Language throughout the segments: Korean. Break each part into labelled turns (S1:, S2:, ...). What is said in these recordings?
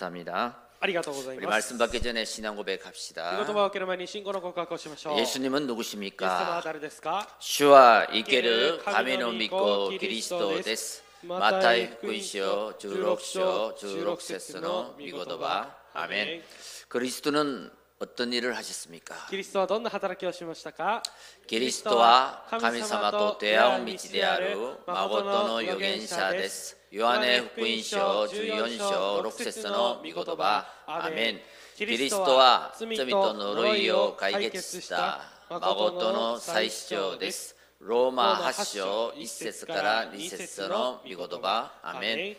S1: 감사합니다.
S2: ありがとうござい
S1: 우리
S2: ます
S1: 말씀 받기 전에 신앙
S2: 御言
S1: 고백합시다.
S2: 葉を受ける前に信仰の告白をしましょうイエス様
S1: 예수님은
S2: は
S1: 누구십니까?
S2: 誰ですか
S1: 주와 이케르 가미노 믿고 그리스도 데스 마타이 후쿠이시오 주록시오 주록세스노 미고도바 아멘. 그리스도는 어떤 일을 하셨습니까?
S2: キリストはどんな働きをしましたか
S1: キリストは神様と出会う道である誠の預言者です。ヨハネ福音書14章6節の御言葉、アーメン。キリストは罪と呪いを解決した誠の最主張です。ローマ8章1節から2節の御言葉、アーメン。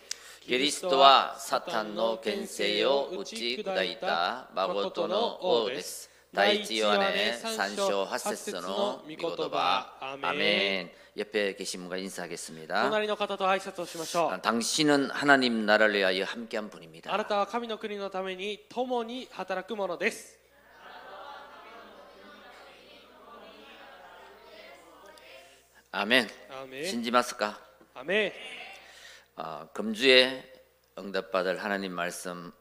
S1: キリストはサタンの権勢を打ち砕いた誠の王です。第一ヨハネ3章8節の御言葉。アメン。 옆에 계신 분과 인사하겠습니다.
S2: 隣の方と挨拶をしましょう
S1: 당신은 하나님 나라를 위하여 함께한
S2: あな
S1: 분입니다.
S2: たは神の国のために共に働くものです
S1: 아멘.
S2: 아멘.
S1: 신지마스까?
S2: 아멘.
S1: 아, 금주에 응답받을 하나님 말씀은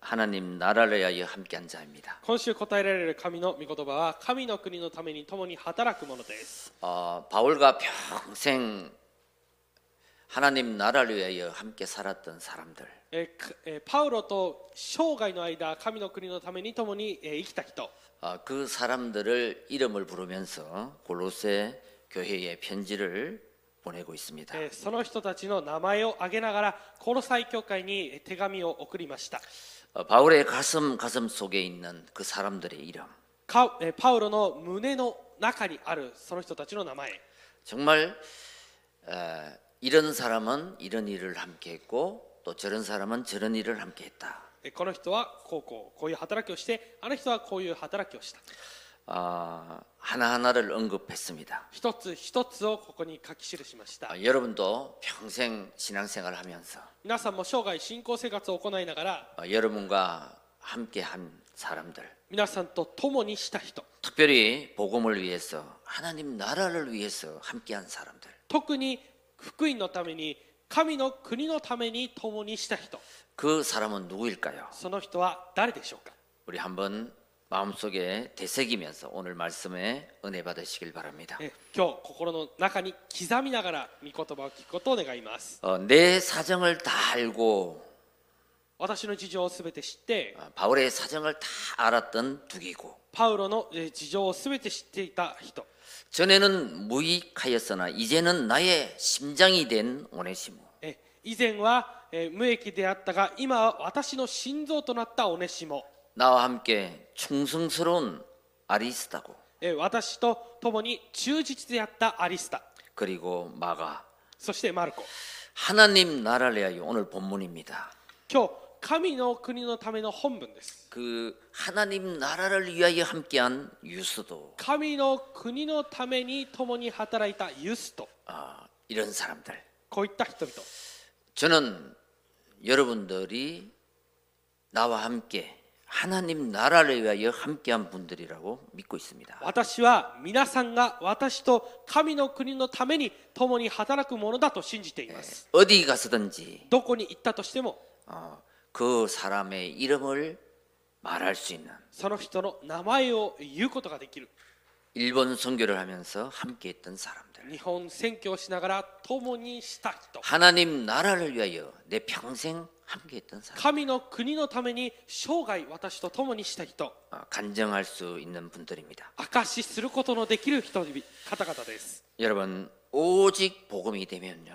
S1: 하나님 나라를 위하여 함께한 자입니다.
S2: 今週答えられる神の御言葉は神の国のために共に働くものです
S1: 어, 바울과 평생 하나님 나라를 위하여 함께 살았던 사람들
S2: えーかえーパウロと生涯の間神の国のために共にえー生きた人
S1: 어, 그 사람들을 이름을 부르면서 골로새 교회에 편지를 보내고 있습니다.
S2: えーその人たちの名前を挙げながらコロサイ教会にえー手紙を送りました
S1: 어, 바울의 가슴 가슴 속에 있는 그 사람들의 이름
S2: かえーパウロの胸の中にあるその人たちの名前
S1: 정말 어, 이런 사람은 이런 일을 함께 했고 또 저런 사람은 저런 일을 함께 했다.
S2: えーこの人はこうこうこういう働きをしてあの人はこういう働きをした
S1: 아, 하나하나를 언급했습니다.
S2: 一つ一つをここに書き記しました
S1: 아, 여러분도 평생 신앙생활 하면서
S2: 皆さんも生涯信仰生活を行いながら
S1: 어, 여러분과 함께한 사람들,
S2: 皆さんと共にした人
S1: 특별히 복음을 위해서 하나님 나라를 위해서 함께한 사람들,
S2: 特に福音のために神の国のために共にした人
S1: 그 사람은 누구일까요?
S2: その人は誰でしょうか
S1: 우리 한번 마음속에 되새기면서 오늘 말씀에 은혜 받으시길 바랍니다.
S2: え今日心の中に刻みながら御言葉を聞くことを願います
S1: 어, 내 사정을 다 알고
S2: 私の事情を全て知って
S1: 아, 바울의 사정을 다 알았던 두기고
S2: パウロのえ事情を全て知っていた人
S1: 전에는 무익하였으나 이제는 나의 심장이 된 오네시모
S2: え以前はえ無益であったが今は私の心臓となったオネシモ
S1: 나와 함께 충성스러운 아리스타고
S2: え私と共に忠実であったアリスタ
S1: 그리고 마가
S2: そしてマルコ
S1: 하나님 나라를 위하여 오늘 본문입니다.
S2: 今日神の国のための本文です
S1: 그 하나님 나라를 위하여 함께한 유스도
S2: 神の国のために共に働いたユスト
S1: 아, 이런 사람들
S2: こういった人々
S1: 저는 여러분들이 나와 함께 하나님 나라를 위하여 함께한 분들이라고 믿고 있습니다.
S2: 私は皆さんが私と神の国のために共に働くものだと信じています、
S1: 어디 가서든지
S2: どこに行ったとしても
S1: 어, 그 사람의 이름을 말할 수 있는
S2: その人の名前を言うことができる
S1: 일본 선교를 하면서 함께했던 사람들
S2: 日本選挙をしながら共にした人
S1: 하나님 나라를 위하여 내 평생 함께했던 사람
S2: 神の国のために生涯私と共にした人
S1: 어, 간증할 수 있는 분들입니다.
S2: 証しすることのできる人々方々です
S1: 여러분 오직 복음이 되면요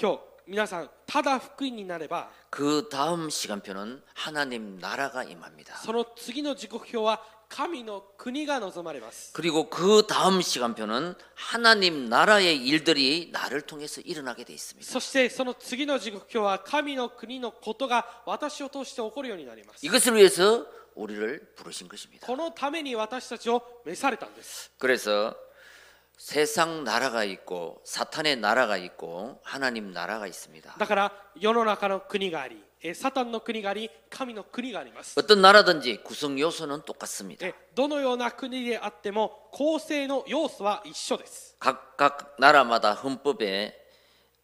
S2: 今日皆さんただ福音になれば
S1: 그 다음 시간표는 하나님 나라가 임합니다.
S2: その次の時刻表は神の国が望まれます
S1: 그리고 그 다음 시간표는 하나님 나라의 일들이 나를 통해서 일어나게 돼 있습니다.
S2: そしてその次の時刻表は神の国のことが私を通して起こるようになります
S1: 이것을 위해서 우리를 부르신 것입니다.
S2: このために私たちを召されたんです
S1: 그래서 세상 나라가 있고 사탄의 나라가 있고 하나님 나라가 있습니다.
S2: だから世の中の国がありえーサタンの国があり神の国があります
S1: 어떤 나라든지 구성 요소는 똑같습니다.
S2: えーどのような国であっても構成の要素は一緒です
S1: 각각 나라마다 헌법에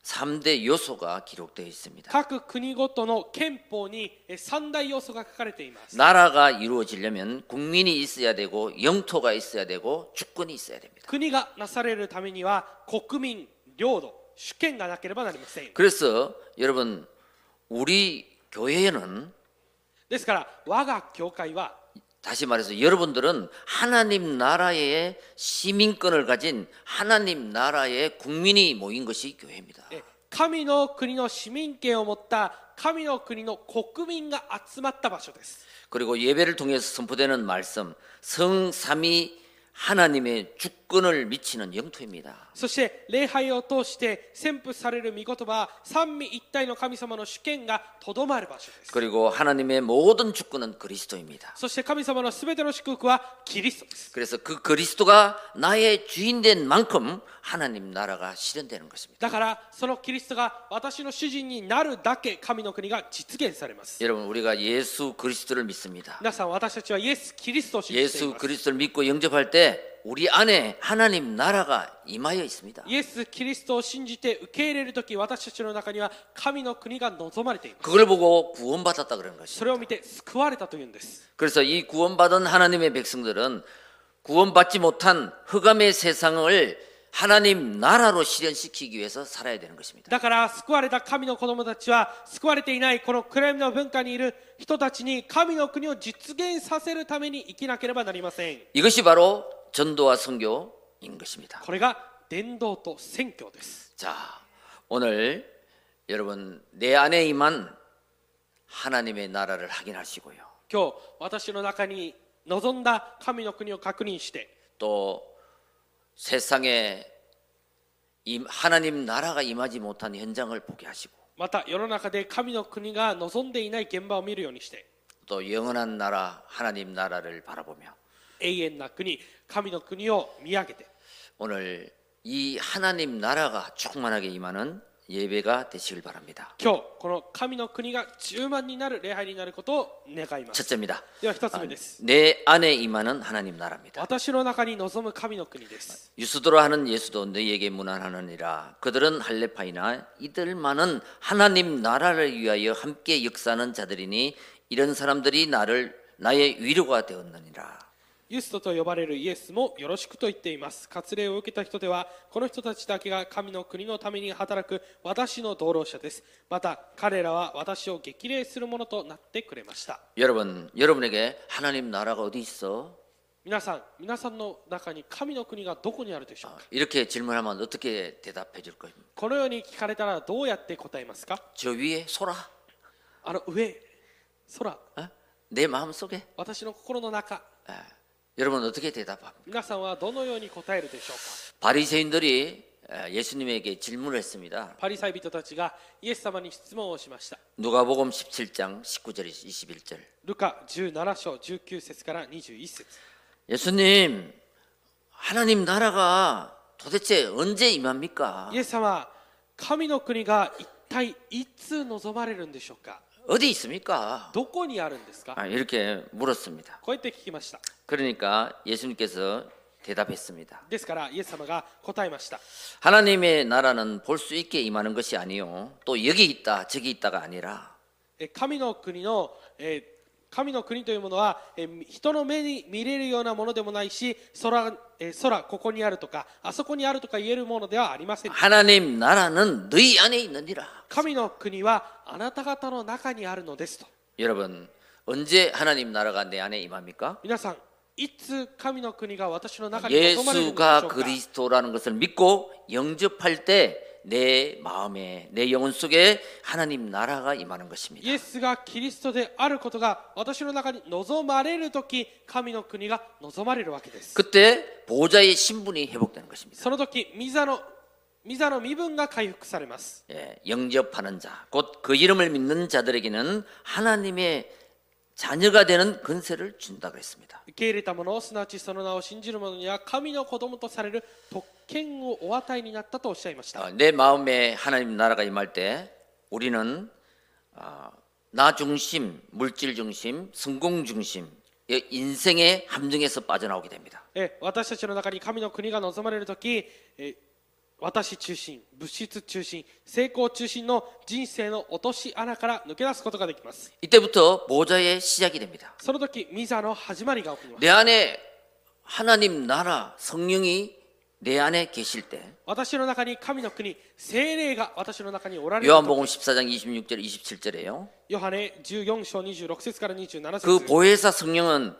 S1: 3대 요소가 기록되어 있습니다.
S2: 各国ごとの憲法にえー三大要素が書かれています
S1: 나라가 이루어지려면 국민이 있어야 되고 영토가 있어야 되고 주권이 있어야 됩니다.
S2: 国がなされるためには国民領土主権がなければなりません
S1: 그래서 여러분 우리 교회는
S2: ですから我が教会は
S1: 다시 말해서 여러분들은 하나님 나라의 시민권을 가진 하나님 나라의 국민이 모인 것이 교회입니다.
S2: え神の国の市民権を持った神の国の国民が集まった場所です
S1: 그리고 예배를 통해서 선포되는 말씀 성삼위 하나님의 주권을 미치는 영토입니다.
S2: そして礼拝を通して宣布される御言葉は三位一体の神様の主権がとどまる場所です
S1: 그리고 하나님의 모든 주권은 그리스도입니다.
S2: そして神様のすべての祝福はキリストです
S1: 그래서 그 그리스도가 나의 주인 된 만큼 하나님 나라가 실현되는 것입니다.
S2: だからそのキリストが私の主人になるだけ神の国が実現されます
S1: 여러분 우리가 예수 그리스도를 믿습니다.
S2: 皆さん私たちはイエス・キリストを信じてい
S1: 예수
S2: ます
S1: 그리스도를 믿고 영접할 때 우리 안에 하나님 나라가 임하여 있습니다.
S2: イエス・キリストを信じて受け入れるとき私たちの中には神の国が望まれています
S1: 그걸 보고 구원받았다 그런 것이.
S2: それを見て救われたというんです
S1: 그래서 이 구원받은 하나님의 백성들은 구원받지 못한 흑암의 세상을 하나님 나라로 실현시키기 위해서 살아야 되는 것입니다.
S2: だから救われた神の子供たちは救われていないこの暗闇の文化にいる人たちに神の国を実現させるために生きなければなりません
S1: 이것이 바로 전도와 선교인 것입니다.
S2: これが伝道と宣教です
S1: 자, 오늘 여러분 내 안에 임한 하나님의 나라를 확인하시고요.
S2: 今日私の中に望んだ神の国を確認して
S1: 또 세상에 임- 하나님 나라가 임하지 못한 현장을 보게 하시고
S2: また世の中で神の国が望んでいない現場を見るようにして
S1: 또 영원한 나라 하나님 나라를 바라보며
S2: 永遠な国神の国を見上げて
S1: 오늘 이 하나님 나라가 충만하게 임하는 예배가 되시길 바랍니다.
S2: 今日この神の国が10万になる礼拝になることを願います
S1: 첫째입니다.
S2: では1つ目です
S1: 내 안에 임하는 하나님 나라입니다.
S2: 私の中に望む神の国です
S1: 유수도로 하는 예수도 너희에게 문안하느니라. 그들은 할레파이나 이들만은 하나님 나라를 위하여 함께 역사하는 자들이니 이런 사람들이 나를 나의 위로가 되었느니라.
S2: ユストと呼ばれるイエスもよろしくと言っています割礼を受けた人ではこの人たちだけが神の国のために働く私の同労者ですまた彼らは私を激励するものとなってくれました
S1: 여러분, 여러분에게 하나님 나라가 어디 있어?
S2: 皆さん皆さんの中に神の国がどこにあるでしょうか
S1: 어, 이렇게 질문하면 어떻게 대답해 줄 거예요?
S2: このように聞かれたらどうやって答えますか
S1: 저 위에 소라.
S2: あの上空
S1: 어? 내 마음속에
S2: 私の心の中
S1: 예. 여러분 어떻게 대답합니까?
S2: 皆さんはどのように答えるでしょうか
S1: 바리새인들이 예, 예수님에게 질문을 했습니다.
S2: パリサイ人たちがイエス様に質問をしました
S1: 누가복음 17장 19절 21절.
S2: ルカ17章19節から21節
S1: 예수님, 하나님 나라가 도대체 언제 임합니까?
S2: イエス様神の国が一体いつ望まれるんでしょうか
S1: 어디 있습니까?
S2: どこにあるんですか
S1: 아, 이렇게 물었습니다.
S2: こうやって聞きました
S1: 그러니까 예수님께서 대답했습니다.
S2: ですからイエス様が答えました
S1: 하나님의 나라는 볼 수 있게 임하는 것이 아니요. 또 여기 있다, 저기 있다가 아니라
S2: え神の国のえー神の国というものはえー人の目に見れるようなものでもないし空えー空ここにあるとかあそこにあるとか言えるものではありません
S1: 하나님 나라는 너희 안에 있느니라.
S2: 神の国はあなた方の中にあるのですと
S1: 여러분, 언제 하나님 나라가 내 안에 임합니까?
S2: 皆さんいつ神の国が私の中に望まれる
S1: 예수가
S2: のでしょうか
S1: 그리스도라는 것을 믿고 영접할 때 내 마음에 내 영혼 속에 하나님 나라가 임하는
S2: イ
S1: 것입니다.
S2: エスがキリストであることが私の中に望まれる時神の国が望まれるわけです
S1: 그때 보좌의 신분이 회복되는 것입니다.
S2: その時ミザのミザの身分が回復されます
S1: 예, 영접하는 자, 곧 그 이름을 믿는 자들에게는 하나님의 자녀가 되는 근세를 준다 그랬습니다.
S2: 受け入れた者すなわちその名を信じる者には神の子供とされる特権をお与えになったとおっしゃいました
S1: 어, 내 마음에 하나님 나라가 임할 때 우리는 아, 나 중심, 물질 중심, 성공 중심, 이 인생의 함정에서 빠져나오게 됩니다.
S2: え私たちの中に神の国が望まれる時え私中心物質中心成功中心の人生の落とし穴から抜け出すことができます
S1: 이때부터 모자의 시작이 됩니다.
S2: その時ミザの始まりが起こります
S1: 내 안에 하나님 나라 성령이 내 안에 계실 때
S2: 私の中に神の国精霊が私の中におられると
S1: 요한복음 14장 26절 27절에요.
S2: ヨハネ14章26節から27
S1: 그
S2: 節
S1: 보혜사 성령은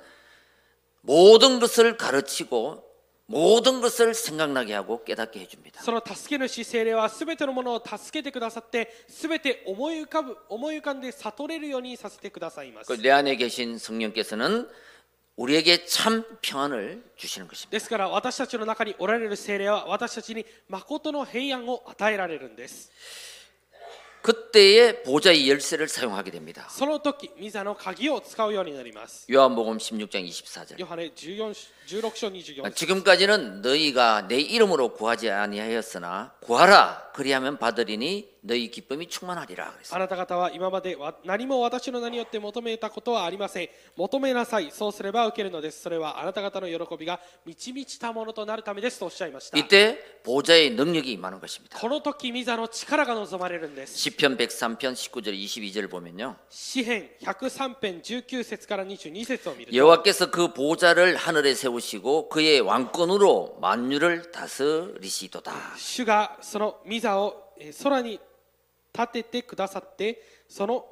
S1: 모든 것을 가르치고 모든 것을 생각나게 하고 깨닫게 해줍니다.
S2: その助け主精霊はすべてのものを助けてくださってすべて思い浮かぶ思い浮かんで悟れるようにさせてくださいま
S1: 그
S2: す
S1: 내 안에 계신 성령께서는 우리에게 참 평안을 주시는 것입니다.
S2: ですから私たちの中におられる精霊は私たちに誠の平安を与えられるんです
S1: 그때의 보좌의 열쇠를 사용하게 됩니다.
S2: その時ミザの鍵を使うようになります
S1: 요한복음 16장 24절.
S2: ヨハネ14 16章24節
S1: 지금까지는 너희가 내 이름으로 구하지 아니하였으나 구하라 그리하면 받으리니 너희 기쁨이 충만하리라 그랬어요.
S2: あなた方は今までわ何も私の名によって求めたことはありません求めなさいそうすれば受けるのですそれはあなた方の喜びが満ち満ちたものとなるためですとおっしゃいました
S1: 이때 보좌의 능력이 임하는 것입니다.
S2: この時ミザの力が望まれるんです
S1: 시편 103편 19절 22절을 보면요.
S2: 詩編103編19節から22節を見ると
S1: 여호와께서 그 보좌를 하늘에 세우시고 그의 왕권으로 만유를 다스리시도다.
S2: 主がその御座をえー空に立ててくださってその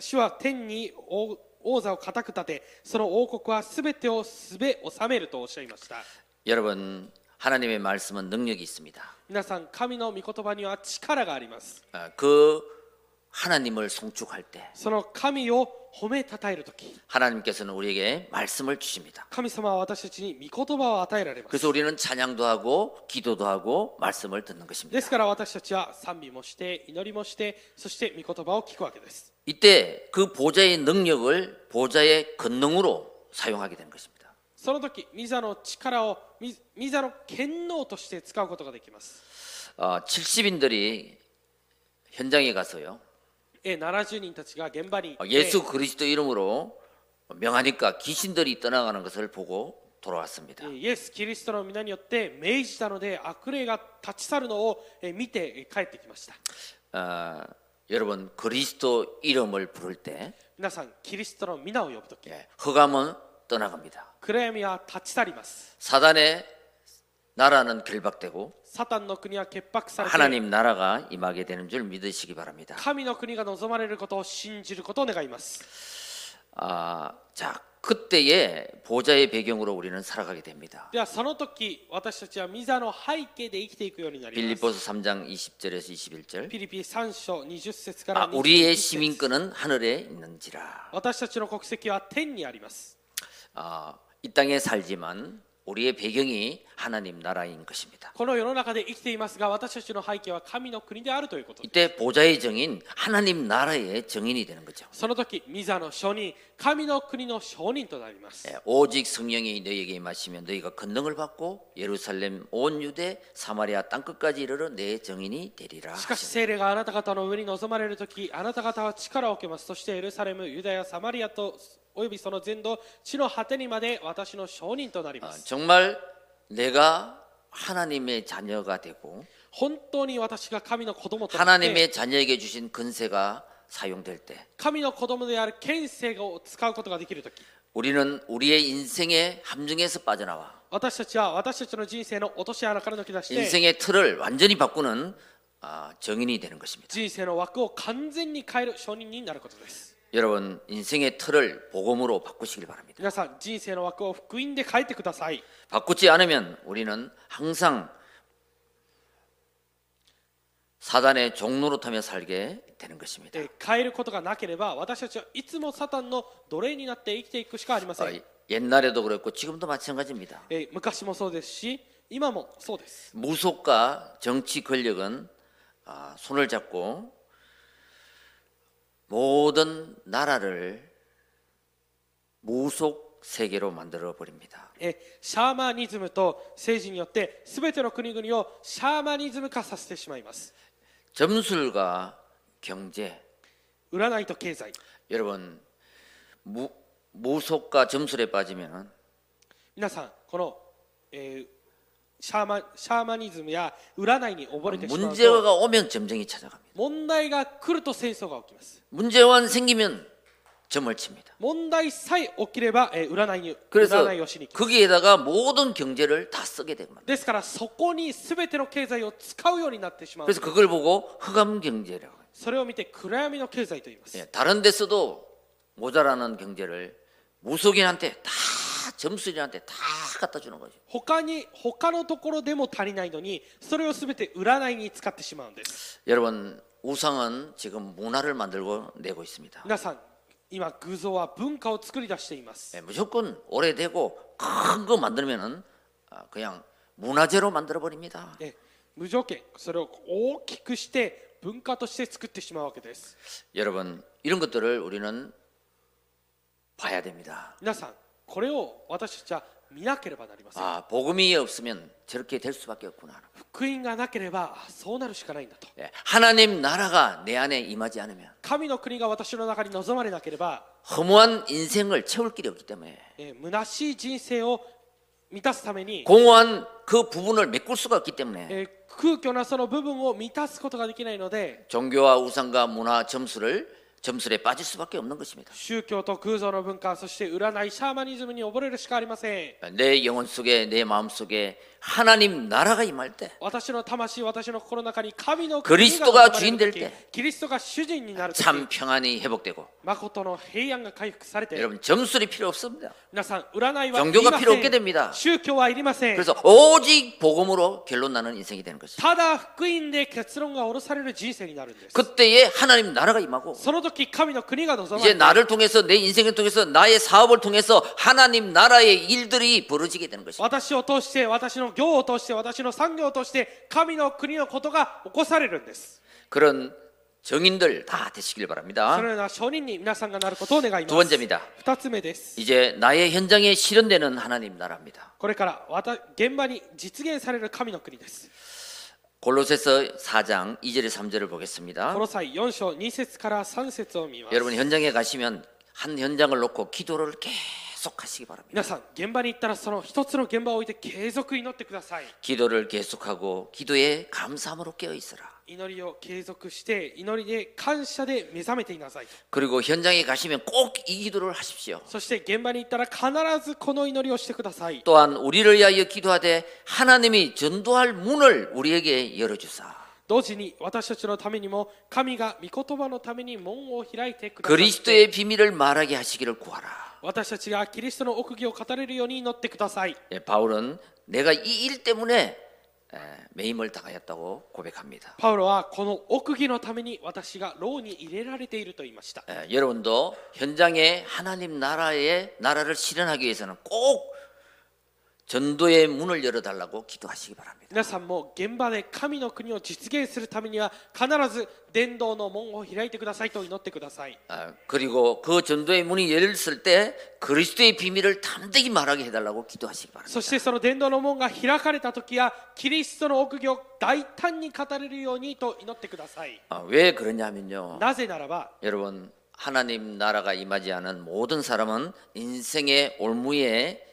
S2: 主は天に王王座を固く立てその王国はすべてをすべ治めるとおっしゃいました
S1: 여러분 하나님의 말씀은 능력이 있습니다.
S2: 皆さん神の御言葉には力があります
S1: 아, 그 하나님을 송축할 때
S2: その神を褒めたたえる時
S1: 하나님께서는 우리에게 말씀을 주십니다.
S2: 神様は私たちに御言葉を与えられます
S1: 그래서 우리는 찬양도 하고 기도도 하고 말씀을 듣는
S2: で
S1: 것입니다.
S2: すから私たちは賛美もして祈りもしてそして御言葉を聞くわけです
S1: 이때 그 보좌의 능력을 보좌의 권능으로 사용하게 된 것입니다.
S2: その時ミザの力をミミザの権能として使うことができます、
S1: 어, 70인들이 현장에 가서요.
S2: えー70人たちが現場に行
S1: 어,
S2: って
S1: 예수 그리스도 이름으로 명하니까 귀신들이 떠나가는 것을 보고 돌아왔습니다.
S2: えーイエス・キリストの皆によって命じたので悪霊が立ち去るのをえー見てえー帰ってきました
S1: 아, 여러분 그리스도 이름을 부를 때
S2: 皆さんキリストの皆を呼ぶ時
S1: 예, 허감은 떠나갑니다.
S2: 暗闇は立ち去ります
S1: 사단의 나라는 결박되고
S2: サタンの国は潔白されて
S1: 하나님 나라가 임하게 되는 줄 믿으시기 바랍니다.
S2: 神の国が望まれることを信じることを願います
S1: 아, 자 그때의 보좌의 배경으로 우리는 살아가게 됩니다.
S2: ではその時私たちはミザの背景で生きていくようになります
S1: 빌립보서 3장 20절에서 21절.
S2: ピリピ3章20節か
S1: 아,
S2: ら
S1: 우리의
S2: 21節
S1: 시민권은 하늘에 있는지라.
S2: 私たちの国籍は天にあります。
S1: 아, 이 땅에 살지만 우리의 배경이 하나님 나라인 것입니다.
S2: この世の中で生きていますが、私たちの背景は神の国であるということ。
S1: 이때 보좌의 정인 하나님 나라의 정인이 되는 거죠.
S2: その時、ミザの証人、神の国の証人となります。
S1: 예, 오직 성령이 너희에게 임하시면 너희가 권능을 받고 예루살렘 온 유대 사마리아 땅 끝까지 이르러 내 정인이 되리라.
S2: しか
S1: 하십니다.
S2: し聖霊があなた方の上に臨まれる時あなた方は力を受けますそしてエルサレムユダヤサマリアとおよびその全土地の果てにまで私の証人となりま
S1: 아,
S2: す
S1: 정말 내가 하나님의 자녀가 되고
S2: 本当に私が神の子供となって
S1: 하나님의 자녀에게 주신 근세가 사용될 때
S2: 神の子供である権勢を使うことができる時
S1: 우리는 우리의 인생의 함정에서 빠져나와
S2: 私たちは私たちの人生の落とし穴から抜け出して
S1: 인생의 틀을 완전히 바꾸는 아, 정인이 되는 것입니다.
S2: 人生の枠を完全に変える証人になることです
S1: 여러분 인생의 틀을 복음으로 바꾸시길 바랍니다.
S2: 皆さん人生の枠を福音で変えてください
S1: 바꾸지 않으면 우리는 항상 사단의 종로로 타며 살게 되는 것입니다.
S2: えー変えることがなければ私たちはいつもサタンの奴隷になって生きていくしかありませ
S1: 어,
S2: ん
S1: 옛날에도 그랬고 지금도 마찬가지입니다.
S2: えー昔もそうですし今もそうです
S1: 무속과 정치 권력은 아, 손을 잡고 모든 나라를 무속 세계로 만들어 버립니다.
S2: えーシャーマニズムと政治によって全ての国々をシャーマニズム化させてしまいます
S1: 점술과 경제
S2: 占いと経済
S1: 여러분 무, 무속과 점술에 빠지면
S2: 皆さんこの、えーシャーマシャーマニズムや占いに溺れてしまう
S1: 문제가
S2: と
S1: 오면 점쟁이 찾아갑니다.
S2: 問題が来ると戦争が起きます
S1: 문제만 생기면 점을 칩니다.
S2: 問題さえ起きれば、えー占いに
S1: 그래서
S2: 占いをしに来る
S1: 거기에다가 모든 경제를 다 쓰게 됩니다.
S2: ですからそこに全ての経済を使うようになってしまう
S1: 그래서 그걸 보고 흑암 경제라고 해요.
S2: それを見て暗闇の経済と言います、
S1: 예, 다른 데서도 모자라는 경제를 무속인한테 다 점술인한테 다 갖다 주는 거죠.
S2: 他に他のところでも足りないのにそれを全て占いに使ってしまうんです
S1: 여러분 우상은 지금 문화를 만들고 내고 있습니다.
S2: 皆さん今偶像は文化を作り出しています
S1: 예, 무조건 오래되고 큰 거 만들면은 아, 그냥 문화재로 만들어 버립니다.
S2: え無条件それを大きくして文化として作ってしまうわけです
S1: 여러분 이런 것들을 우리는 봐야 됩니다.
S2: 皆さんこれを私たちは見なければなりません
S1: 아 복음이 없으면 저렇게 될 수밖에 없구나.
S2: 福音がなければあそうなるしかないんだと
S1: 예, 하나님 나라가 내 안에 임하지 않으면
S2: 神の国が私の中に望まれなければ
S1: 허무한 인생을 채울 길이 없기 때문에
S2: えー虚しい人生を満たすために、
S1: 공허한 그 부분을 메꿀 수가 없기 때문에
S2: えー空虚なその部分を満たすことができないの
S1: 예.
S2: で
S1: 종교와 우상과 문화 점수를 점술에 빠질 수밖에 없는 것입니다.
S2: 宗教と偶像の文化そして占いシャーマニズムに溺れるしかありません
S1: 내 영혼 속에 내 마음 속에 하나님 나라가 임할 때
S2: 私の魂私の心の中に神の
S1: ク
S2: 国
S1: リ
S2: が
S1: ストが
S2: 生まれ
S1: 主
S2: る時
S1: 人될
S2: キリストが主人になる時
S1: 참 평안이 회복되고
S2: 誠の平安が回復されて
S1: 여러분 점술이 필요 없습니다.
S2: 皆さん占いは
S1: 종
S2: い
S1: 교가
S2: り
S1: 필요없게됩니
S2: ま
S1: 다
S2: せん宗教はいりません
S1: 그래서 오직 복음으로 결론 나는 인생이 되는 것이죠.
S2: ただ福音で結論が下ろされる人生になるんです
S1: 그때에 하나님 나라가 임하고
S2: その時神の国が望ま
S1: 이제
S2: れ
S1: 나를 통해서 내 인생을 통해서 나의 사업을 통해서 하나님 나라의 일들이 벌어지게 되는 것이죠.
S2: 私を通して私の行を通して私の産業を通して神の国のことが起こされるんです
S1: 그런 정인들 다 되시길
S2: そ
S1: 바랍니다.
S2: のような証人に皆さんがなることを願い
S1: 두
S2: ます
S1: 번째입니다.
S2: 二つ目です
S1: 이제 나의 현장에 실현되는 하나님 나라입니다.
S2: これからわた現場に実現される神の国です。
S1: 골로새서 4장 2절에 3절을 보겠습니다.
S2: この際4章2節から3節を見ます。
S1: 여러분 현장에 가시면 한 현장을 놓고 기도를 계속 하시기 바랍니다.
S2: 皆さん、現場に行ったらその一つの現場を置いて継続祈ってください。
S1: 기도를 계속하고 기도에 감사함으로 깨어 있으라.
S2: 祈りを継続して、祈りで感謝で目覚めていなさい。
S1: 그리고 현장에 가시면 꼭 이 기도를 하십시오.
S2: そして現場に行ったら必ずこの祈りをしてください。
S1: 또한 우리를 위하여 기도하되 하나님이 전도할 문을 우리에게 열어주사.
S2: 同時に私たちのためにも神が御言葉のために門を開いてください。
S1: 그리스도의 비밀을 말하게 하시기를 구하라.
S2: 私たちがキリストの奥義を語れるように祈ってください。
S1: 예, 바울은 내가 이 일 때문에 에, 매임을 당하였다고 고백합니다.
S2: パウロはこの奥義のために私が牢に入れられていると言いました。
S1: 예, 여러분도 현장에 하나님 나라의 나라를 실현하기 위해서는 꼭 전도의 문을 열어달라고 기도하시기 바랍니다.
S2: 皆さんも現場で神の国を実現するためには必ず伝道の門を開いてくださいと祈ってください
S1: 아, 그리고 그 전도의 문이 열렸을 때 그리스도의 비밀을 담대히 말하게 해달라고 기도하시기 바랍니다.
S2: そしてその伝道の門が開かれた時やキリストの奥義を大胆に語れるようにと祈ってください
S1: 아, 왜 그러냐면요.
S2: なぜならば
S1: 여러분 하나님 나라가 임하지 않은 모든 사람은 인생의 올무에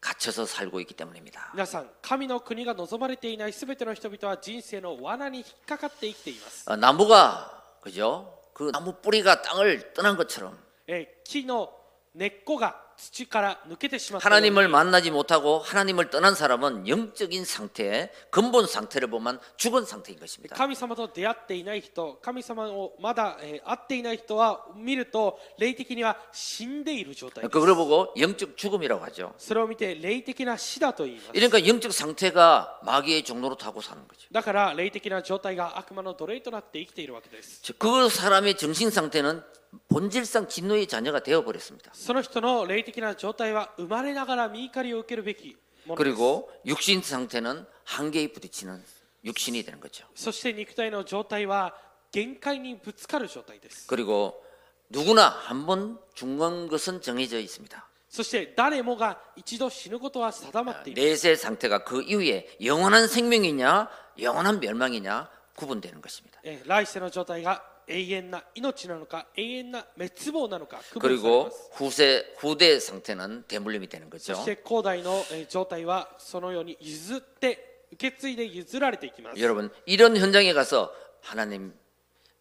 S1: 갇혀서 살고 있기 때문입니다.
S2: 皆さん神の国が望まれていない全ての人々は人生の罠に引っかかって生きています、
S1: 어, 나무가 그죠? 그 나무 뿌리가 땅을 떠난 것처럼
S2: えー木の根っこが土から抜けてしまったように
S1: 하나님을 만나지 못하고 하나님을 떠난 사람은 영적인 상태, 근본 상태를 보면 죽은 상태인 것입니다.
S2: 神様と出会っていない人神様をまだ、えー会っていない人は見ると霊的には死んでいる状態です
S1: 그러니까 그걸 보고 영적 죽음이라고 하죠.
S2: それを見て霊的な死だと言います
S1: 이러니까 영적 상태가 마귀의 종로로 타고 사는 거죠.
S2: だから霊的な状態が悪魔の奴隷となって生きているわけです
S1: 즉, 그 사람의 정신 상태는 본질상 진노의 자녀가 되어 버렸습니다.
S2: その人の霊的な状態は生まれながら身怒りを受けるべきものです
S1: 그리고 육신 상태는 한계에 부딪히는 육신이 되는 거죠.
S2: そして肉体の状態は限界にぶつかる状態です
S1: 그리고 누구나 한 번 죽는 것은 정해져 있습니다.
S2: そして誰もが一度死ぬことは定まっている
S1: 내세 상태가 그 이후에 영원한 생명이냐 영원한 멸망이냐 구분되는 것입니다.
S2: えー来世の状態が永遠な命なのか永遠な滅亡なのか区分され
S1: 그리고
S2: ます
S1: 후세 후대 상태는 대물림이 되는
S2: そし
S1: 거죠.
S2: て高代のえー状態はそのように譲って受け継いで譲られていきます
S1: 여러분 이런 현장에 가서 하나님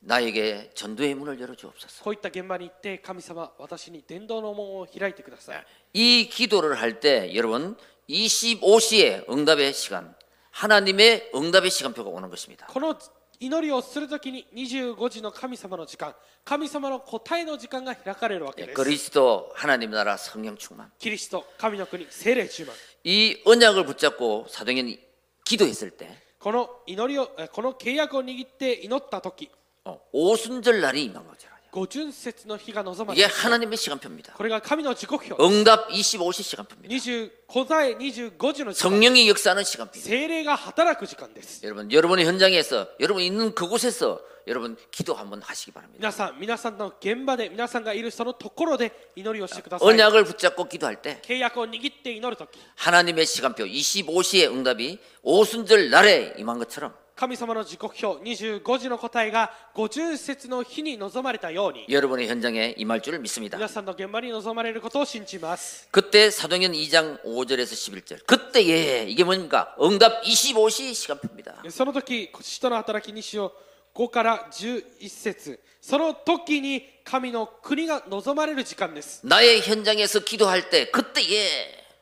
S1: 나에게 전도의 문을 열어주옵소서.
S2: こういった現場に行って神様私に伝道の門を開いてください
S1: 이 기도를 할 때 여러분 25시에 응답의 시간 하나님의 응답의 시간표가 오는 것입니다.
S2: この祈りをするときに25時の神様の時間神様の答えの時間が開かれるわけ
S1: 예,
S2: です
S1: 그리스도 하나님 나라 성령 충만.
S2: キリスト神の国聖霊充満
S1: 이 언약을 붙잡고 사도행전이 기도했을 때
S2: この祈りをえこの契約を握って祈ったとき
S1: 어, 오순절 날이 임한 거죠.
S2: 五巡節の日が望まれ
S1: 이게
S2: る
S1: 하나님의 시간표입니다.
S2: これが神の時刻表
S1: 응답 25시 시간표입니다.
S2: 20答え25時の時間
S1: 성령이 역사하는 시간표.
S2: 精霊が働く時間です
S1: 여러분 여러분의 현장에서 여러분 있는 그곳에서 여러분 기도 한번 하시기 바랍니다.
S2: 皆さん皆さんの現場で皆さんがいるそのところで祈りをしてください
S1: 언약을 붙잡고 기도할 때
S2: 契約を握って祈るとき
S1: 하나님의 시간표 25시의 응답이 오순절 날에 임한 것처럼
S2: 神様の時刻表25時の答えが五巡節の日に望まれたように
S1: 여러분의 현장에 임할 줄을 믿습니다.
S2: 皆さんの現場に望まれることを信じます
S1: 그때 사도행전 2장 5절에서 11절. 그때 예 이게 뭡니까? 응답 25시 시간표입니다.
S2: その時使徒の働き2章5から11節その時に神の国が望まれる時間です
S1: 나의 현장에서 기도할 때 그때 예,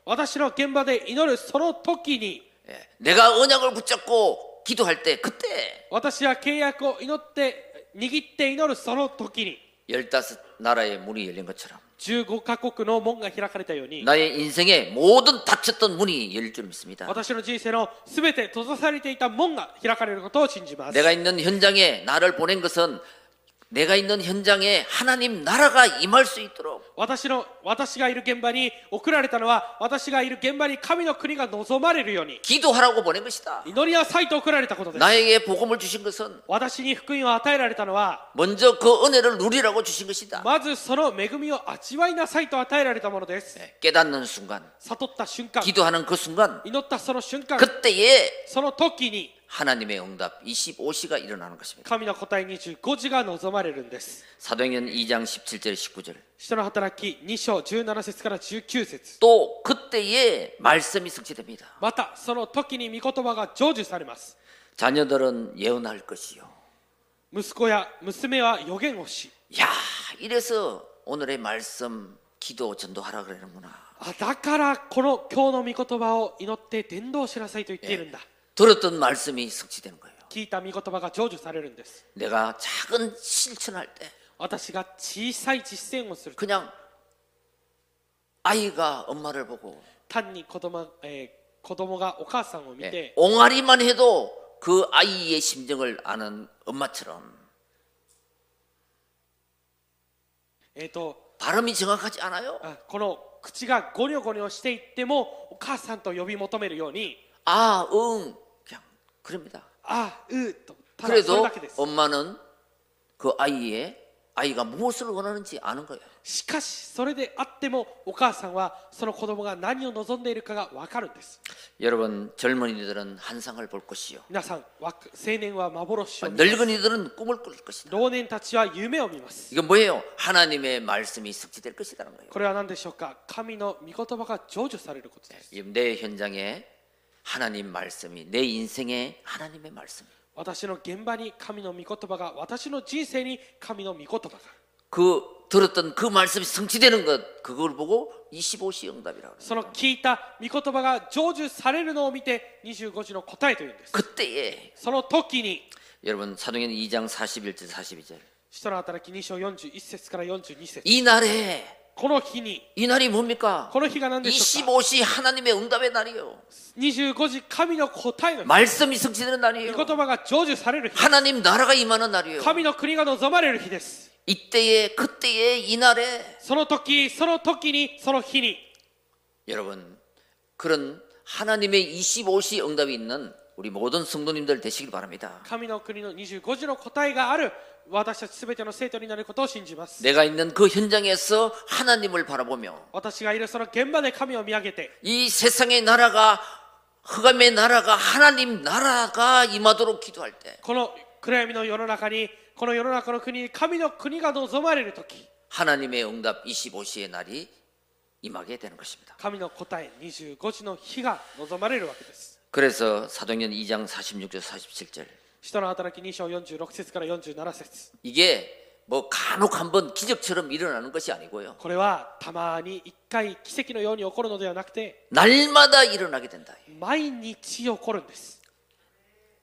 S2: 私の現場で祈るその時に
S1: 예, 내가 언약을 붙잡고 기도할 때 그때
S2: 私は契約を祈って握って祈るその時に
S1: 열다섯 나라의 문이 열린 것처럼
S2: 15カ国の門が開かれたように
S1: 나의 인생의 모든 닫혔던 문이 열릴 줄 믿습니다.
S2: 私の人生の全て閉ざされていた門が開かれることを信じます
S1: 내가 있는 현장에 나를 보낸 것은 내가 있는 현장에 하나님 나라가 임할 수 있도록
S2: 私の私がいる現場に送られたのは私がいる現場に神の国が望まれるように
S1: 기도하라고 보낸 것이다.
S2: 祈りなさいと送られたことです
S1: 나에게 복음을 주신 것은
S2: 私に福音を与えられたのは
S1: 먼저 그 은혜를 누리라고 주신 것이다.
S2: まずその恵みを味わいなさいと与えられたものです
S1: 예, 깨닫는 순간,
S2: 悟った瞬間
S1: 기도하는 그 순간,
S2: 祈ったその瞬間
S1: 그때에
S2: その時に
S1: 하나님의 응답 25시가 일어나는 것입니다.
S2: 神の答え25時が望まれるんです
S1: 사도행전 2장 17절 19절.
S2: 人の働き2章17節から19節
S1: 또 그때에 말씀이 성취됩니다.
S2: またその時に御言葉が成就されます
S1: 자녀들은 예언할 것이요.
S2: 息子や娘は予言をし
S1: 야 이래서 오늘의 말씀 기도 전도하라 그러는구나.
S2: あだからこの今日の御言葉を祈って伝道しなさいと言っているんだ
S1: 들었던 말씀이 성취되는 거예요.
S2: 聞いた御言葉が成就されるんです
S1: 내가 작은 실천할 때
S2: 私が小さい実践をする
S1: 그냥 아이가 엄마를 보고
S2: 単に子供,、えー子供がお母さんを見
S1: 예,
S2: て
S1: 옹알이만 해도 그 아이의 심정을 아는 엄마처럼
S2: えーと
S1: 발음이 정확하지 않아요.
S2: あこの口がゴニョゴニョしていってもお母さんと呼び求めるように
S1: 아, 응, 그냥 그럽니다.
S2: あうとただそれ
S1: 그래도
S2: だけです
S1: 엄마는 그 아이의 아이가 무엇을 원하는지 아는 거예요.
S2: しかしそれであってもお母さんはその子供が何を望んでいるかが分かるんです
S1: 여러분 젊은이들은 한상을 볼 것이요.
S2: 皆さん若青年は幻を見
S1: 늙은이들은 꿈을 꿀 것이다.
S2: 老年たちは夢を見ます
S1: 이건 뭐예요? 하나님의 말씀이 성취될 것이라는 거예요.
S2: これは何でしょうか神の御言葉が成就されることです
S1: 이내 현장에 하나님 말씀이 내 인생에 하나님의 말씀.
S2: 私の現場に神の御言葉が私の人生に神の御言葉が
S1: 그 들었던 그 말씀이 성취되는 것 그걸 보고 25시 응답이라고 그래요.
S2: その聞いた御言葉が成就されるのを見て25時の答えというんです
S1: 그때에
S2: その時に
S1: 여러분 사도행전 2장 41절 42절
S2: 人の働き2章41節から42節
S1: 이 날에
S2: この日に
S1: 이 날이 뭡니까?
S2: この日が何でしょうか
S1: 25시 하나님의 응답의 날이요.
S2: 25時神の答えの日
S1: 말씀이 성취되는
S2: 御
S1: 날이에요.
S2: 言葉が成就される日
S1: 하나님 나라가 임하는 날이에요.
S2: 神の国が望まれる日です
S1: 이때에 그때에 이 날에
S2: その時その時にその日に
S1: 여러분 그런 하나님의 25시 응답이 있는 우리 모든 성도님들 되시길 바랍니다.
S2: 神の国の25時の答えがある私たち全ての生徒になることを信じます
S1: 내가 있는 그 현장에서 하나님을 바라보며
S2: 私がいるその現場で神を見上げて
S1: 이 세상의 나라가 흑암의 나라가 하나님 나라가 임하도록 기도할 때
S2: この暗闇の世の中にこの世の中の国に神の国が望まれる時
S1: 하나님의 응답 25시의 날이 임하게 되는 것입니다.
S2: 神の答え25時の日が望まれるわけです
S1: 그래서 사도행전 2장 46절 47절
S2: 使徒の働き2章46節から47節
S1: 이게 뭐 간혹 한번 기적처럼 일어나는 것이 아니고요.
S2: これはたまに一回奇跡のように起こるのではなくて
S1: 날마다 일어나게 된다.
S2: 毎日起こるんです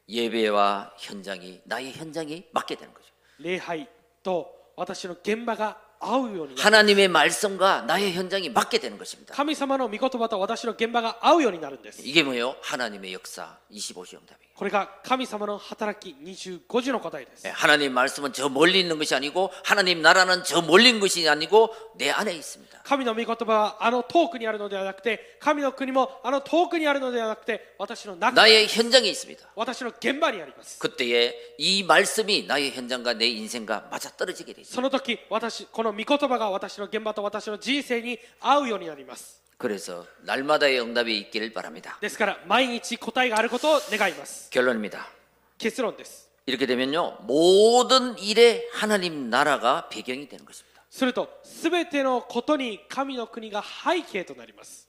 S1: 예배와 현장이 나의 현장이 맞게 되는 거죠.
S2: 礼拝と私の現場が合うようになる
S1: 하나님의 말씀과 나의 현장이 맞게 되는 것입니다.
S2: 神様の御言葉と私の現場が合うようになるんです
S1: 이게 뭐예요? 하나님의 역사 25시 응답이에요.
S2: これが神様の働き25時の答えです
S1: 예, 하나님 말씀은 저 멀리 있는 것이 아니고 하나님 나라는 저 멀리 있는 것이 아니고 내 안에 있습니다.
S2: 神の御言葉はあの遠くにあるのではなくて神の国もあの遠くにあるのではなくて私の中
S1: 나의 현장에 있습니다.
S2: 私の現場にあります
S1: 그때에 이 말씀이 나의 현장과 내 인생과 맞아떨어지게 되죠.
S2: その時私この御言葉が私の現場と私の人生に合うようになります
S1: 그래서 날마다의 응답이 있기를 바랍니다.
S2: ですから毎日答えがあることを願います
S1: 결론입니다.
S2: 結論です
S1: 이렇게 되면요. 모든 일에 하나님 나라가 배경이 되는 것입니다.
S2: すると全てのことに神の国が背景となります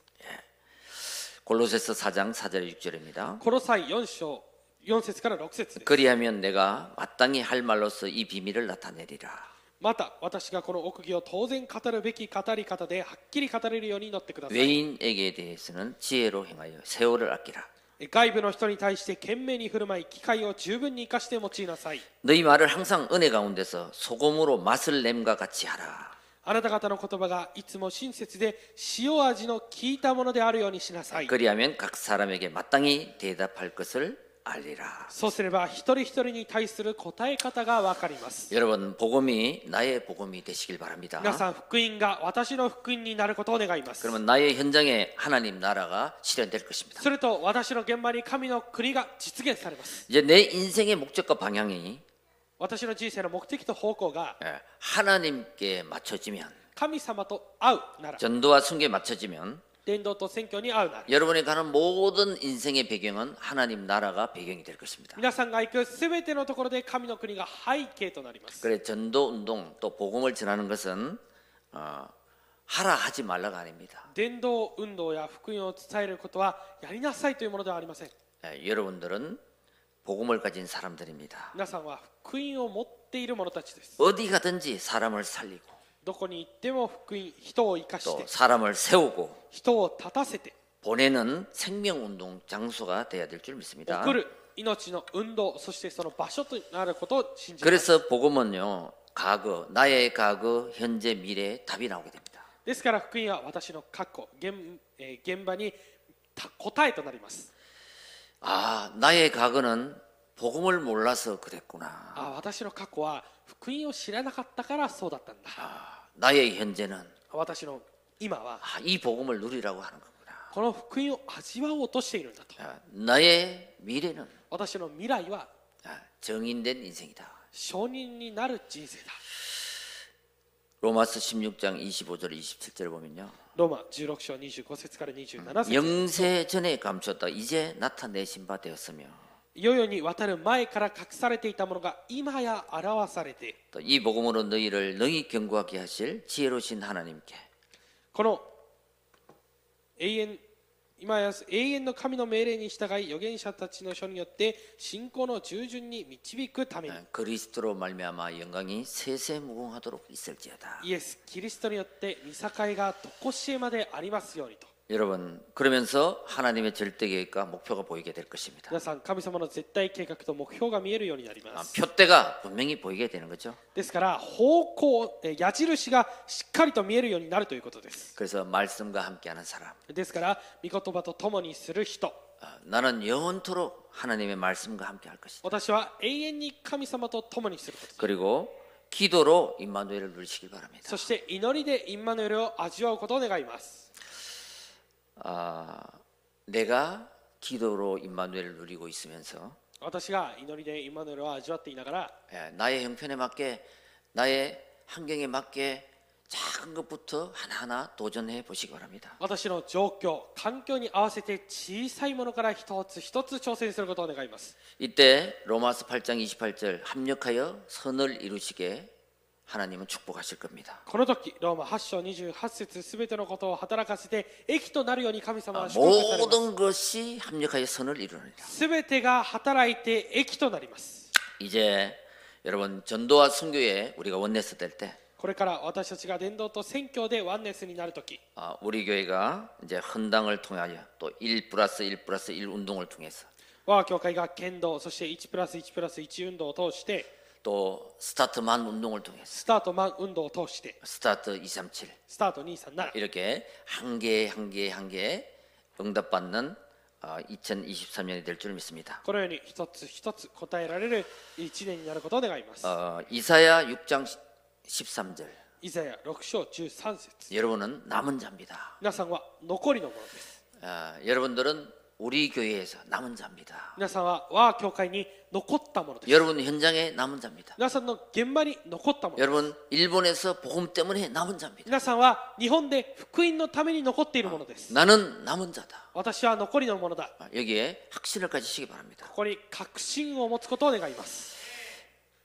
S1: 골로새서 4장 4절 6절입니다.
S2: この際4章4節から6節です
S1: 그리하면 내가 마땅히 할 말로서 이 비밀을 나타내리라.
S2: また私がこの奥義を当然語るべき語り方ではっきり語れるようになってください
S1: 외인에게 대해서는 지혜로 행하여 세월을 아끼라.
S2: 外部の人に対して懸命に振る舞い機会を十分に生かして用いなさい
S1: 너희 말을 항상 은혜 가운데서 소금으로 맛을 냄과 같이 하라.
S2: あなた方の言葉がいつも親切で塩味の効いたものであるようにしなさい
S1: 그리하면 각 사람에게 마땅히 대답할 것을 알리라.
S2: そうすれば一人一人に対する答え方がわかります
S1: 여러분 복음이 나의 복음이 되시길 바랍니다.
S2: 皆さん福音が私の福音になることを願います
S1: 그러면 나의 현장에 하나님 나라가 실현될 것입니다.
S2: すると私の現場に神の国が実現されます
S1: 이제 내 인생의 목적과 방향이
S2: 私の人生の目的と方向が
S1: 예, 하나님께 맞춰지면
S2: 神様と合うなら
S1: 전도와 순교에 맞춰지면
S2: 伝道と宣教に合うなら
S1: 여러분이 가는 모든 인생의 배경은 하나님 나라가 배경이 될 것입니다.
S2: 皆さんが行く全てのところで神の国が背景となります
S1: 그래 전도 운동 또 복음을 전하는 것은 어, 하라 하지 말라가 아닙니다.
S2: 伝道運動や福音を伝えることはやりなさいというものではありません
S1: 예, 여러분들은 복음을 가진 사람들입니다.
S2: 皆さんは福音を持っている者たちです
S1: 어디 가든지 사람을 살리고
S2: どこに行っても福音人を生かして
S1: 또 사람을 세우고
S2: 人を立たせて
S1: 보내는 생명 운동 장소가 돼야 될 줄 믿습니다.
S2: 送る命の運動そしてその場所となることを信じます
S1: 그래서 복음은요 과거 나의 과거 현재 미래 답이 나오게 됩니다.
S2: ですから福音は私の過去現,、えー現場にた答えとなります
S1: 아 나의 과거는 복음을 몰라서 그랬구나.
S2: あ私の過去は福音を知らなかったからそうだったんだ
S1: 아, 나의 현재는
S2: 私の今は
S1: 아, 이 복음을 누리라고 하는 거구나.
S2: この福音を味わおうとしているんだと
S1: 아, 나의 미래는
S2: 私の未来は
S1: 아, 정인된 인생이다.
S2: 証人になる人生だ
S1: 로마서 16장 25절 27절 보면요.
S2: ローマ16章25節から27節
S1: 영세 전에 감췄다 이제 나타내신 바 되었으며
S2: 世々に渡る前から隠されていたものが今や表されて
S1: 또 이 복음으로 너희를 능히 경고하게 하실 지혜로신 하나님께
S2: この永遠今や永遠の神の命令に従い預言者たちの書によって信仰の従順に導くために
S1: 예, 그리스도로 말미암아 영광이 세세무궁하도록 있을지어다.
S2: イエス・キリストによって見境が常しえまでありますようにと
S1: 여러분 그러면서 하나님의 절대 계획과 목표가 보이게 될 것입니다.
S2: 皆さん神様の絶対計画と目標が見えるようになりま
S1: 아,
S2: す
S1: 표대가 분명히 보이게 되는 거죠.
S2: ですから方向え矢印がしっかりと見えるようになるということです
S1: 그래서 말씀과 함께하는 사람
S2: ですから御言葉と共にする人
S1: 아, 나는 영원토록 하나님의 말씀과 함께할 것이다.
S2: 私は永遠に神様と共にすること
S1: 그리고 기도로 임마누엘을 누리시길 바랍니다.
S2: そして祈りでインマヌエルを味わうことを願います
S1: 아, 내가 기도로 임마누엘을 누리고 있으면서
S2: 私が祈りでインマヌエルを味わっていながら
S1: 예, 나의 형편에 맞게 나의 환경에 맞게 작은 것부터 하나하나 도전해 보시기 바랍니다.
S2: 私の状況環境に合わせて小さいものから一つ一つ挑戦することを願います
S1: 이때 로마서 8장 28절 합력하여 선을 이루시게 하나님은 축복하실 겁니다.
S2: この時ローマ8章28節すべてのことを働かせて益となるように神様は祝福されます
S1: 모든 것이 합력하여 선을 이루느니라.
S2: すべてが働いて益となります
S1: 이제 여러분 전도와 선교에 우리가 원내서 될때
S2: これから私たちが伝道と宣教でワンネスになる時
S1: 아, 우리 교회가 이제 헌당을 통하여 또 1 플러스 1 플러스 1 운동을 통해서
S2: 我が教会が剣道そして1プラス1プラス1運動を通して
S1: 또 스타트만 운동을 통해서
S2: スタートマン運動を通して
S1: 스타트 237
S2: スタート237
S1: 이렇게 한 개 한 개 한 개 응답받는 아, 2023년이 될 줄 믿습니다.
S2: このように一つ一つ答えられる1年になることを願います
S1: 어, 이사야 6장 13절
S2: イザヤ6章13節
S1: 여러분은 남은 자입니다.
S2: 皆さんは残りのものです
S1: 아, 여러분들은 우리 교회에서 남은 자입니다.
S2: 皆さんは我が教会に残ったものです
S1: 여러분 현장에 남은 자입니다.
S2: 皆さんの現場に残ったもの
S1: 여러분 일본에서 복음 때문에 남은 자입니다.
S2: 皆さんは日本で福音のために残っているものです
S1: 나는 남은 자다.
S2: 私は残りのものだ
S1: 아, 여기에 확신을 가지시기 바랍니다.
S2: ここに確信を持つことを願います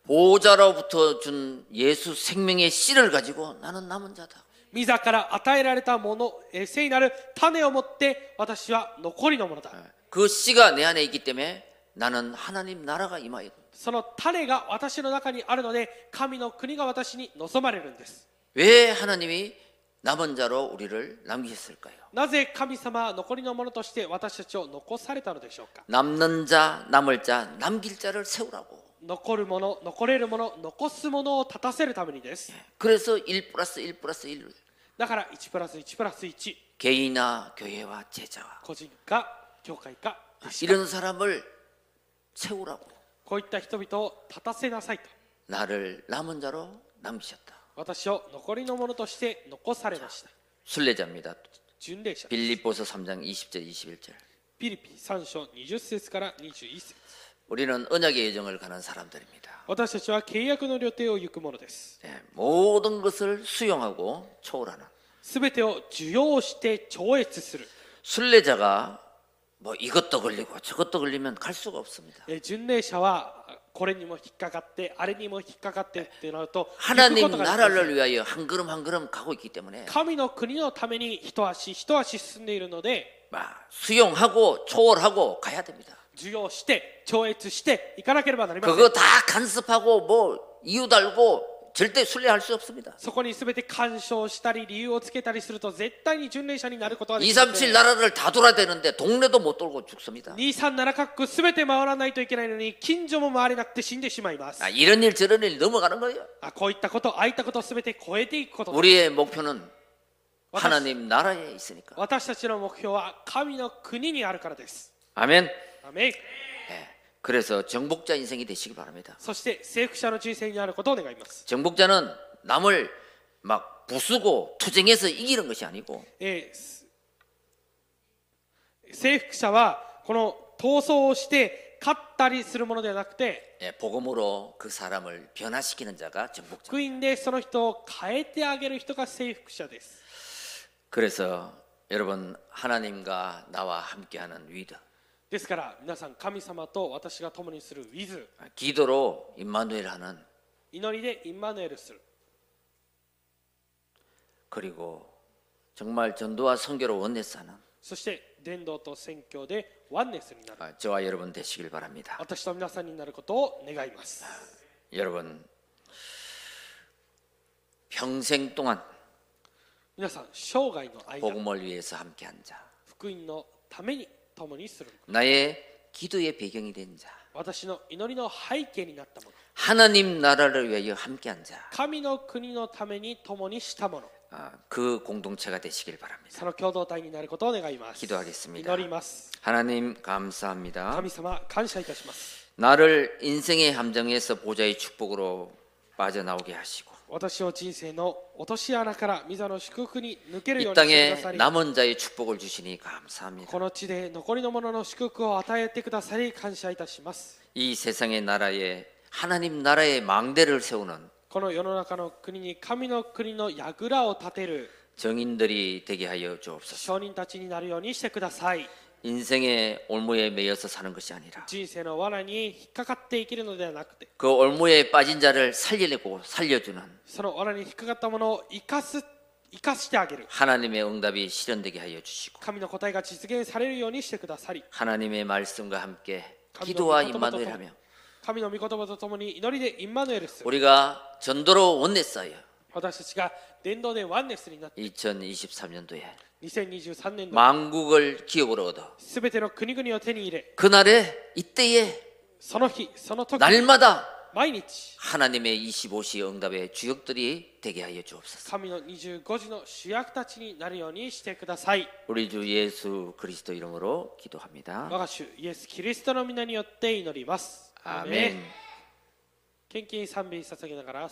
S1: 보호자로부터 준 예수 생명의 씨를 가지고 나는 남은 자다.
S2: 御座から与えられたものえー聖なる種を持って私は残りのものだ
S1: 그 씨가 내 안에 있기 때문에 나는 하나님 나라가 임하였다.
S2: その種が私の中にあるので神の国が私に望まれるんです
S1: 왜 하나님이 남은 자로 우리를 남기셨을까요?
S2: なぜ神様は残りのものとして私たちを残されたのでしょうか
S1: 남는 자, 남을 자, 남길 자를 세우라고.
S2: 残るもの残れるもの残すものを立たせるためにです
S1: 그래서 1 플러스 1 플러스 1
S2: だから1プラス1プラス1
S1: 개인이나 교회와 제자와
S2: 個人か教会か
S1: 이런 사람을 세우라고
S2: こういった人々を立たせなさいと
S1: 나를 남은 자로 남기셨다.
S2: 私を残りのものとして残されました
S1: 순례자입니다.
S2: 巡礼者
S1: 빌립보서 3장 20절 21절.
S2: ピリピ3章20節から21節
S1: 우리는 언약의 여정을 가는 사람들입니다.
S2: 私たちは契約の旅程を行くものです。
S1: 예, 모든 것을 수용하고 초월하는
S2: すべてを受容して超越する。
S1: 순례자가 뭐 이것도 걸리고 저것도 걸리면 갈 수가 없습니다.
S2: えー巡礼者はあこれにも引っかかって、あれにも引っかかってってなると、行
S1: 하나님
S2: くことができません
S1: 나라를 위하여 한 걸음 한 걸음 가고 있기 때문에
S2: 神の国のために一足一足進んでいるので、
S1: 막 수용하고 초월하고 가야 됩니다.
S2: 受容して超越していかなければなりません。
S1: 그거 다 간섭하고 뭐 이유 달고 절대 순례할 수 없습니다.
S2: そこにすべて干渉したり理由をつけたりすると絶対に巡礼者になることはできませ
S1: 237
S2: ん。
S1: 나라를 다 돌아야 되는데 동네도 못 돌고 죽습니다.
S2: 237カ国すべて回らないといけないのに近所も回れなくて死んでしまいます
S1: 아, 。 이런 일 저런 일 넘어가는 거예요.
S2: あこういったこと、ああいったことすべて超えていくことです
S1: 우리의 목표는
S2: 와닿-
S1: 하나님 나라에 있으니까.
S2: 私たちの目標は神の国にあるからです。
S1: 아멘.
S2: アメン
S1: 예, 그래서 정복자 인생이 되시기 바랍니다.
S2: そして征服者の人生にあることを願います。
S1: 정복자는 남을 막 부수고 투쟁해서 이기는 것이 아니고
S2: えーす征服者はこの闘争をして勝ったりするものではなくて
S1: 예, 복음으로 그 사람을 변화시키는 자가 정복자.
S2: 福音でその人を変えてあげる人が征服者です。
S1: 그래서 여러분 하나님과 나와 함께하는 위드
S2: ですから皆さん神様と私が共にするウィズ
S1: 아, 기도로 임마누엘 하는
S2: 祈りでインマヌエルする
S1: 그리고 정말 전도와 선교로 원내서 하는
S2: そして伝道と宣教でワンネスになる
S1: 아, 저와 여러분 되시길 바랍니다.
S2: 私と皆さんになることを願います
S1: 여러분 평생 동안
S2: 皆さん生涯の間
S1: 복음을 위해서 함께한 자
S2: 福音のために共にする
S1: 나의 기도의 배경이 된 자
S2: 私の祈りの背景になったもの
S1: 하나님 나라를 위하여 함께한
S2: 神の国のために共にしたもの
S1: 아, 자그 공동체가 되시길 바랍니다.
S2: その共同体になることを願います
S1: 기도하겠습니다
S2: 祈ります
S1: 하나님 감사합니다.
S2: 神様感謝いたします
S1: 나를 인생의 함정에서 보좌의 축복으로 빠져나오게 하시고
S2: 私を人生の落とし穴から御座の祝福に抜けるよ
S1: 이
S2: うにし
S1: 땅에
S2: てくださり
S1: 남은 자의 축복을 주시니 감사합니다.
S2: この地で残りのものの祝福を与えてくださり感謝いたします
S1: 이 세상의 나라에 하나님 나라의 망대를 세우는
S2: この世の中の国に神の国の櫓を立てる
S1: 정인들이 되게 하여 주옵소서.
S2: 商人たちになるようにしてください
S1: 인생의 올무에 매여서 사는 것이 아니라
S2: 人生の罠に引っかかって生きるのではなくて
S1: 그 올무에 빠진 자를 살리려고 살려주는
S2: その罠に引っかかったものを生かす生かしてあげる
S1: 하나님의 응답이 실현되게 하여 주시고
S2: 神の答えが実現されるようにしてくださり
S1: 하나님의 말씀과 함께
S2: 감사합니다.
S1: 기도와
S2: 감사합니다.
S1: 임마누엘하며
S2: 神の御言葉とともに祈りでインマヌエルス
S1: 우리가 전도로 원냈어요.
S2: 私たちが伝道でワンネスになって
S1: 2023년도에
S2: 2023年度
S1: 만국을 기업으로 얻어
S2: 全ての国々を手に入れ
S1: 그날에 이때에
S2: その日その時
S1: 날마다
S2: 毎日
S1: 하나님의 25시 응답의 주역들이 되게 하여 주옵소서.
S2: 神の25時の主役たちになるようにしてください
S1: 우리 주 예수 그리스도 이름으로 기도합니다.
S2: 我が主イエス・キリストの皆によって祈ります
S1: 아멘.
S2: 献金賛美捧げながら